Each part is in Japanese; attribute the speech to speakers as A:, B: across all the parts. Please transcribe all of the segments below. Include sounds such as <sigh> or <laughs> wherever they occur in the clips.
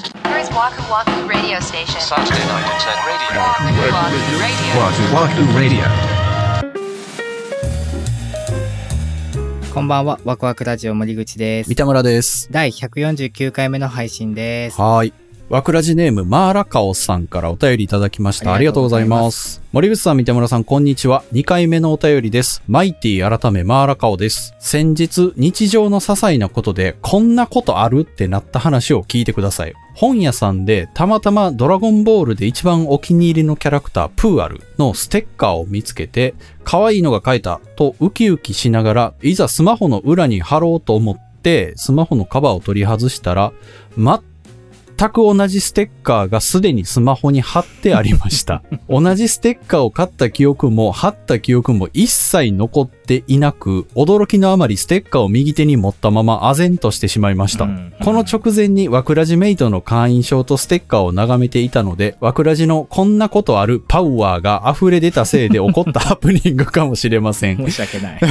A: Waku Waku Radio Station.
B: Saturday night at 10 radio.
A: Waku Waku Radio.
C: Wahoo Wahoo Radio.
D: こんばんは、ワクワクラジオ森口です
E: 三。田村です。
D: 第149回目の配信です。
E: はーい。わくらじネーム、マーラカオさんからお便りいただきました。
D: あ
E: あ
D: り
E: り
D: が
E: が
D: と
E: と
D: う
E: う
D: ご
E: ご
D: ざ
E: ざ
D: い
E: い
D: ま
E: ます。森口さん、三田村さん、こんにちは。2回目のお便りです。マイティ改めマーラカオです。先日、日常の些細なことで、こんなことあるってなった話を聞いてください。本屋さんで、たまたまドラゴンボールで一番お気に入りのキャラクター、プーアルのステッカーを見つけて、可愛いのが書いたとウキウキしながら、いざスマホの裏に貼ろうと思って、スマホのカバーを取り外したら、全く同じステッカーがすでにスマホに貼ってあり
D: <laughs>
E: ました。同じステッカーを買った記憶も貼った記憶も一切残っていなく、驚きのあまりステッカーを右手に持ったまま唖然としてしまいました。
D: うん
E: この直前にワクラジメイトの会員証とステッカーを眺めていたので、ワクラジのこんなことあるパワーが溢れ出たせいで起こったハプニングかもしれません。
D: 申し訳ない。
E: <laughs>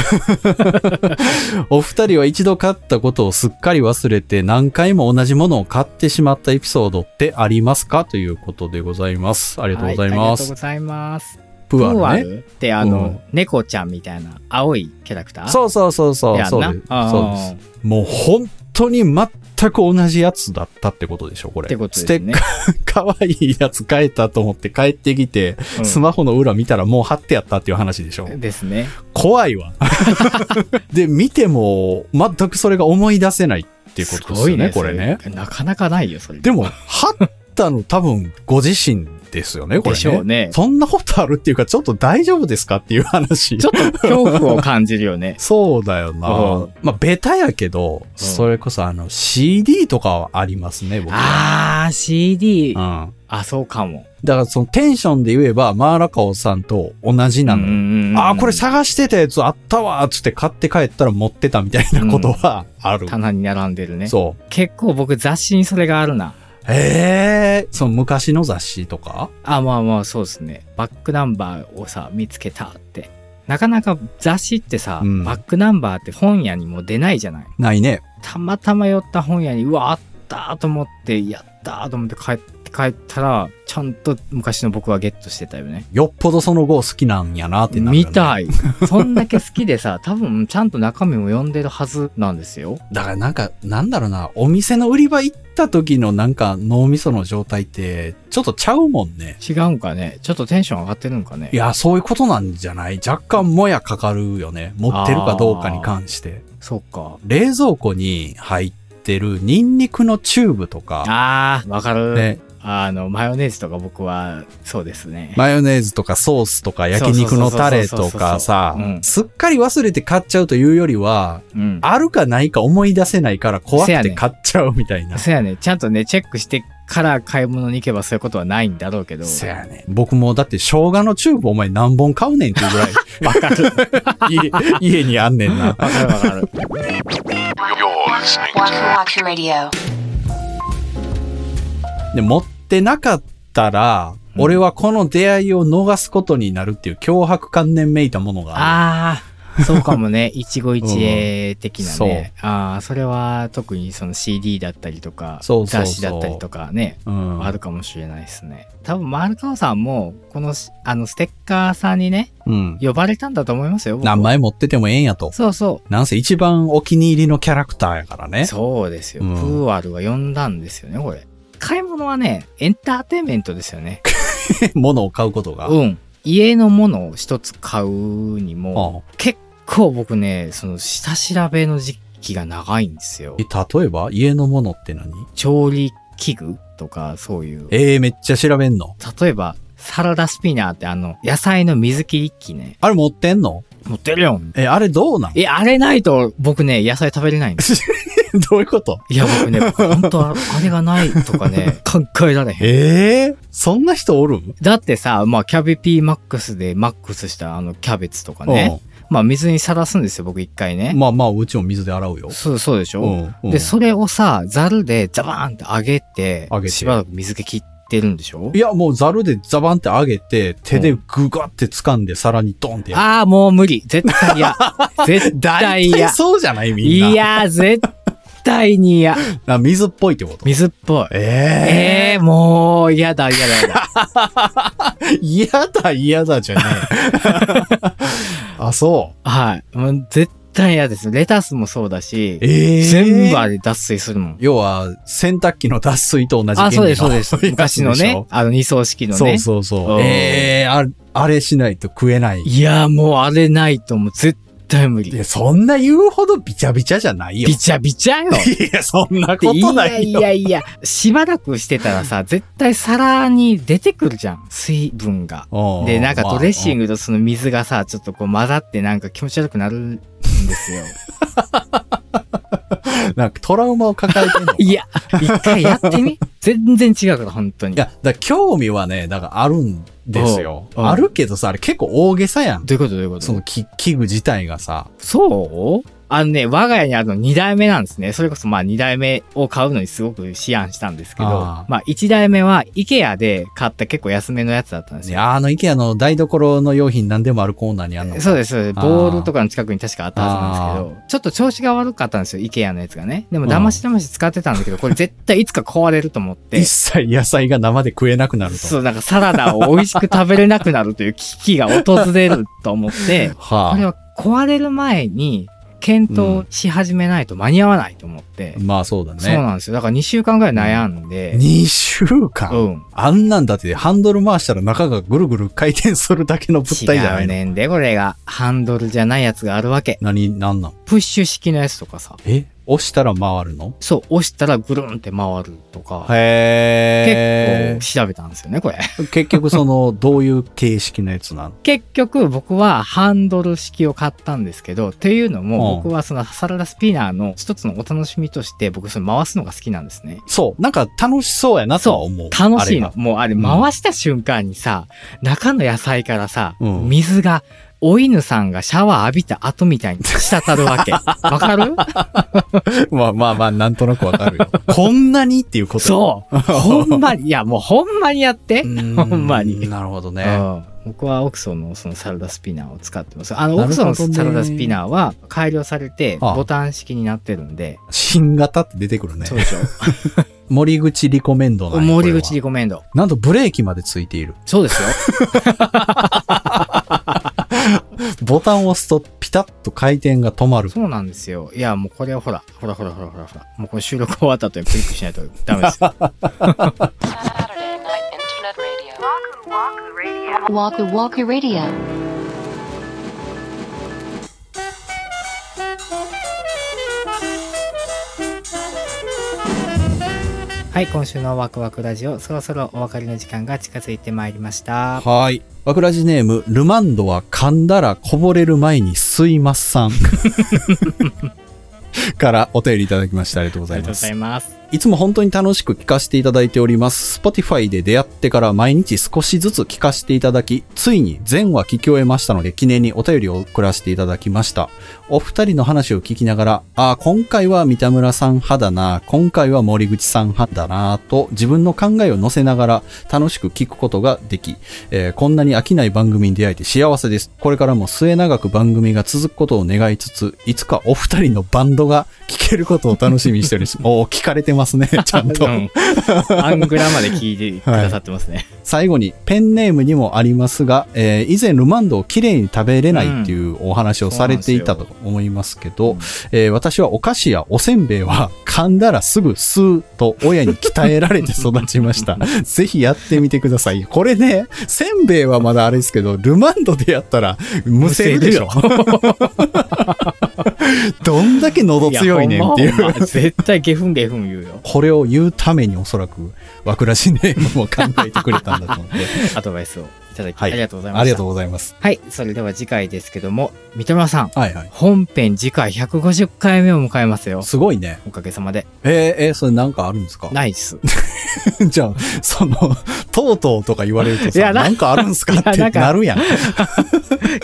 E: お二人は一度買ったことをすっかり忘れて何回も同じものを買ってしまったエピソードってありますかということでございます。あ
D: あ
E: りがとうございま
D: ありがとう
E: す。
D: ございます。
E: プアルね。
D: ってあの、
E: うん
D: 猫ちゃんみたいな青いキャラクター
E: そうそうそうそう。
D: やん
E: そう
D: な
E: です。
D: あ
E: そう
D: ー
E: ですもう本当に全く同じやつだったってことでしょ、これ。
D: ってこと
E: ス
D: で
E: テ
D: す
E: ッ
D: ね
E: カ。ー、かわいいやつ変えたと思って帰ってきて、
D: うん
E: スマホの裏見たらもう貼ってやったっていう話でしょ。
D: ですね。
E: 怖
D: <laughs>
E: いわ。で、見ても全くそれが思い出せないっていうことですよね、これね。
D: そなかなかないよ、それ。
E: でも、貼ったの多分ご自身ですよね、これ、ね。
D: でしょうね
E: そんなことあるっていうか、ちょっと大丈夫ですかっていう話。。
D: ちょっと恐怖を感じるよね
E: そうだよ
D: う
E: な。まあ、ベタやけど、それこそあの、CD とかはありますね、僕。
D: あー、CD
E: う。ん。
D: あ、そうかも。
E: だからそのテンションで言えば、マーラカオさんと同じなのよ。ああ、これ
D: さ
E: 探してたやつあったわーっつって買って帰ったら持ってたみたいなことはある。
D: 棚に並んでるね。
E: そう。
D: 結構僕雑誌にそれがあるな。
E: ええその昔の雑誌とか
D: あまあまあそうですねバックナンバーをさ見つけたってなかなか雑誌ってさ、
E: うん
D: バックナンバーって本屋にも出ないじゃない
E: ないね。
D: たまたま寄った本屋にうわあったーと思ってやったーと思って帰って帰ったらちゃんと昔の僕はゲットしてたよね
E: よっぽどその後好きなんやなってなる
D: 見
E: よね。
D: たいそんだけ好きでさ <laughs> 多分ちゃんと中身も読んでるはずなんですよ
E: だからなんか、なんだろうな、お店の売り場行った時のなんか脳みその状態って、ちょっとちゃうもんね。
D: 違うんかねちょっとテンション上がってるんかね
E: いや、そういうことなんじゃない若干もやかかるよね。持ってるかどうかに関して。
D: そっか
E: 冷蔵庫に入ってるニンニクのチューブとか、
D: あーわかる、
E: ね、
D: あのマヨネーズとか僕はそうですね
E: マヨネーズとかソースとか焼肉のタレ
D: そう
E: とかさ
D: そうそうそうそうそうう、ん
E: すっかり忘れて買っちゃうというよりは、
D: うん
E: あるかないか思い出せないから怖
D: せや
E: く
D: ね
E: て買っちゃうみたいな。
D: そうやね。ちゃんとね、チェックしてから買い物に行けばそういうことはないんだろうけど。
E: せやねん。僕もだって生姜のチューブお前何本買うねんっていう
D: <laughs>
E: ぐらい。わかる。家家にあんねんな。
D: わかるわか
E: <laughs>
D: る。
B: You're listening
A: Waku
B: to
A: Waku Radio.
E: で、持ってなかったら、
D: うん
E: 俺はこの出会いを逃すことになるっていう脅迫観念めいたものがある。
D: ああ、そうかも
E: <laughs>
D: ね。一期一会的なね。ああ、それは特にその CD だったりとか、
E: そうそうそ
D: 雑
E: う
D: 誌だったりとかね、
E: うん。
D: あるかもしれないですね。多分、丸川さんも、この、あの、ステッカーさんにね、
E: うん。
D: 呼ばれたんだと思いますよ。僕は
E: 何枚持っててもええんやと。
D: そうそ
E: なんせ一番お気に入りのキャラクターやから
D: う。
E: ね。
D: そうですよ。
E: うん
D: プーアルが呼んだんですよね、これ。買い物はね、エンターテインメントですよね。
E: <laughs> 物を買うことが。
D: うん。家のものを一つ買うにも、
E: ああ
D: 結構僕ね、その下調べの時期が長いんですよ
E: え。例えば家のものって何
D: 調理器具とかそういう。
E: ええめっちゃ調べんの。
D: 例えば、サラダスピナーってあの、野菜の水切り器ね。
E: あれ持ってんの
D: 持ってるよん。
E: え、あれどうなん
D: え、あれないと僕ね、野菜食べれないん
E: <laughs>
D: です。
E: どういうこと
D: いや、僕ね、本当ああれがないとか
E: <laughs>
D: ね、考えられへん。
E: ええそんな人おる
D: だってさ、まあ、キャビピーマックスでマックスしたあの、キャベツとかね。
E: う
D: まあ、水にさらすんですよ、僕一回ね
E: ん。まあまあ、うちも水で洗うよ。
D: そう、そうでしょ
E: うんうん
D: で、それをさ、ザルでザバーンって上げて、
E: 上げて
D: しばらく水気切ってるんでしょ
E: いや、もうザルでザバンって上げて、手でグガって掴んで、皿にドンってやる。
D: ああ、
E: <laughs>
D: もう無理。絶対嫌。絶対
E: 大体
D: 嫌。
E: そうじゃないみんな。
D: いや、絶対に
E: <laughs>
D: 嫌。
E: あ、水っぽいってこと
D: 水っぽい。
E: え
D: えー、もう、嫌だ、嫌だ、嫌だ。
E: <laughs> え嫌だ、嫌
D: <laughs>
E: だじゃねえ。あ、そ
D: はい。もう絶対嫌です。レタスもそうだし
E: う。、ええ
D: 全部あれ脱水するもん。
E: 要は、洗濯機の脱水と同じ原
D: あ、
E: 理
D: そ
E: の
D: うです、そうです。
E: <laughs> やつ
D: 昔
E: で
D: の
E: しょ
D: ね、あの二層式のね。
E: そうそうそうう。
D: ん
E: ええあ、あれしないと食えない。い
D: いや、もうあれないともう絶対無理。
E: や、そんな言うほどビチャビチャじゃないよ。
D: びちゃびちゃよ。
E: いや、そんなこと
D: い
E: な
D: や
E: い
D: い
E: よ。
D: やいや、しばらくしてたら
E: <laughs>
D: さ、絶対皿に出てくるじゃん。水分が。
E: おう
D: で、なんかドレッシン
E: ま
D: グとその水がさ、ちょっとこう混ざってなんか気持ち悪くなるんですよ。
E: あなんかトラウマを抱えてん <laughs> の。い
D: <laughs> いや、一回やってみ。全然違うから、本当に。ど
E: や、だから興味はね、だからあるんですよ。
D: おうおう
E: あるけどさ、あれ結構大げさやん。
D: ういうことどういうこと
E: その器器具自体がさ。
D: そうあのね、我が家にあるの2代目なんですね。それこそまあ2代目を買うのにすごく思案したんですけど、
E: あー
D: まあ1代目は IKEA で買った結構安めのやつだったんです
E: ね
D: よ。
E: あの、IKEA の台所の用品何でもあるコーナーにあんの。
D: そうです、そうです。
E: あー
D: ボールとかの近くに確かあったはずなんですけど、ちょっと調子が悪かったんですよ、IKEA のやつがね。でも騙し騙し使ってたんだけど、これ絶対いつか壊れると思って
E: <laughs> 一。切野菜が生で食えなくなると。
D: そう、なんかサラダを美味しく食べれなくなるという危機が訪れると思って、これ
E: <laughs>
D: は
E: はあ。
D: 壊れる前に検討し始めないと間に合わないと思って、
E: まあそうだ
D: そう
E: ね。
D: なんですよ。だから2週間ぐらい悩んで、
E: 2週
D: う
E: 間。
D: ん。
E: あんなんだってハンドル回したら中がぐるぐる回転するだけの物体じゃな
D: 違
E: いうの。
D: ねんで、これが。ハンドルじゃないやつがあるわけ。
E: 何、なんなん
D: プッシュ式のやつとかさ。
E: え押したら回るの
D: そう、押したらぐるんって回るとか。
E: へ
D: 結構調べたんですよね、これ。 <laughs>
E: 結局その、どういう形式のやつなの
D: 結局僕はハンドル式を買ったんですけど、っていうのも
E: うん
D: 僕はそのサラダスピナーの一つのお楽しみとして僕それ回すのが好きなんですね。
E: そう。なんか楽しそうやなとは思う。
D: 楽しいの
E: あれ。が。
D: もうあれ
E: うん
D: 回した瞬間にさ、中の野菜からさ、
E: うん
D: 水が、お犬さんがシャワー浴びた後みたいに滴る
E: <laughs>
D: わけ。わかる
E: まあまあまあ、なんとなくわかるよ。 <laughs> こんなにっていうこと
D: そう。
E: <laughs>
D: ほんまに、いやもうほんまにやって。
E: う
D: ほんまに
E: なるほど
D: う
E: ね。
D: ん僕はオクソンのそのサラダスピナーを使ってます。あの、
E: な
D: オ
E: る
D: ク
E: ほど
D: ソン
E: ね
D: のサラダスピナーは改良されて
E: ああ
D: ボタン式になってるんで、
E: 新型って出てくるね
D: そ。うでしょ。
E: 森口リコメンドなんや
D: 森口
E: これ
D: リ
E: は
D: コメンド。
E: なんとブレーキまでついている。
D: そうですよ。
E: ボタンを押すとピタッと回転が止まる。
D: そうなんですよ。いや、もうこれはほら、ほらほらほらほらほら。もうこの収録終わった後にクリックしないとダメ
E: <laughs>
D: ですよ。
A: Saturday night internet radio. Waku Waku Radio. Waku Waku Radio.
D: はい、今週のワクワクラジオ、そろそろお別れの時間が近づいてまいりました。
E: はい。わくらじネーム、ルマンドは噛んだらこぼれる前に吸いますさ <laughs> ん。からお便りいただきましてありがとうご
D: あ
E: ざ
D: り
E: い
D: がとうご
E: ます
D: ざい。ます。
E: いつも本当に楽しく聞かせていただいております。Spotify で出会ってから毎日少しずつ聞かせていただき、ついに全話聞き終えましたので記念にお便りを送らせていただきました。お二人の話を聞きながら、ああ、今回は三田村さん派だな、今回は森口さん派だな、と自分の考えを乗せながら楽しく聞くことができ、えーこんなに飽きない番組に出会えて幸せです。これからも末永く番組が続くことを願いつつ、いつかお二人のバンドが聴けることを楽しみにしており
D: <laughs>
E: ます。おー聞かれてますね、ちゃんと。
D: うん。アングラまで聞いてくださってますね。
E: 最後に、ペンネームにもありますが、えー以前ルマンドをきれいに食べれないっていうお話をされていたと思いますけど、えー私はお菓子やおせんべいは噛んだらすぐ吸うと親に鍛えられて育ちま <laughs> した。ぜひやってみてください。これね、せんべいはまだあれですけど、ルマンドでやったらむせるでしょ。 <laughs> どんだけ喉強いねんっていう
D: や。ほんまほんま絶対ゲフンゲフン言うよ。
E: これを言うためにおそらく、わくらしネームを考えてくれたんだと思 <laughs> って。
D: アドバイスをいただき、
E: はい
D: ありがとうございました。
E: ありがとうございます。
D: はい、それでは次回ですけども、三田村さん、
E: はいはい。
D: 本編次回150回目を迎えますよ。
E: すごいね。
D: おかげさまで。
E: えー、えーそれなんかあるんですか
D: ナイ <laughs> ス。
E: <laughs> じゃあ、その、とうとうとか言われるとさ、
D: いやな
E: なんかあるんですか
D: いや
E: って
D: なんか
E: なるやん。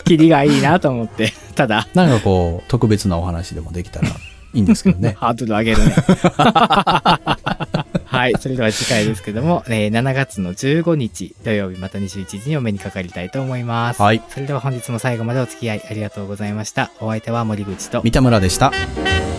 D: キリがいいなと思って、 <laughs> ただ、
E: なんかこう、特別なお話でもできたらいいんですけ
D: <laughs>
E: どね。
D: ハードル上げるね。はい。それでは次回ですけども、えー7月の15日土曜日また21時にお目にかかりたいと思います。
E: はい。
D: それでは本日も最後までお付き合いありがとうございました。お相手は森口と
E: 三田村でした。
A: Waku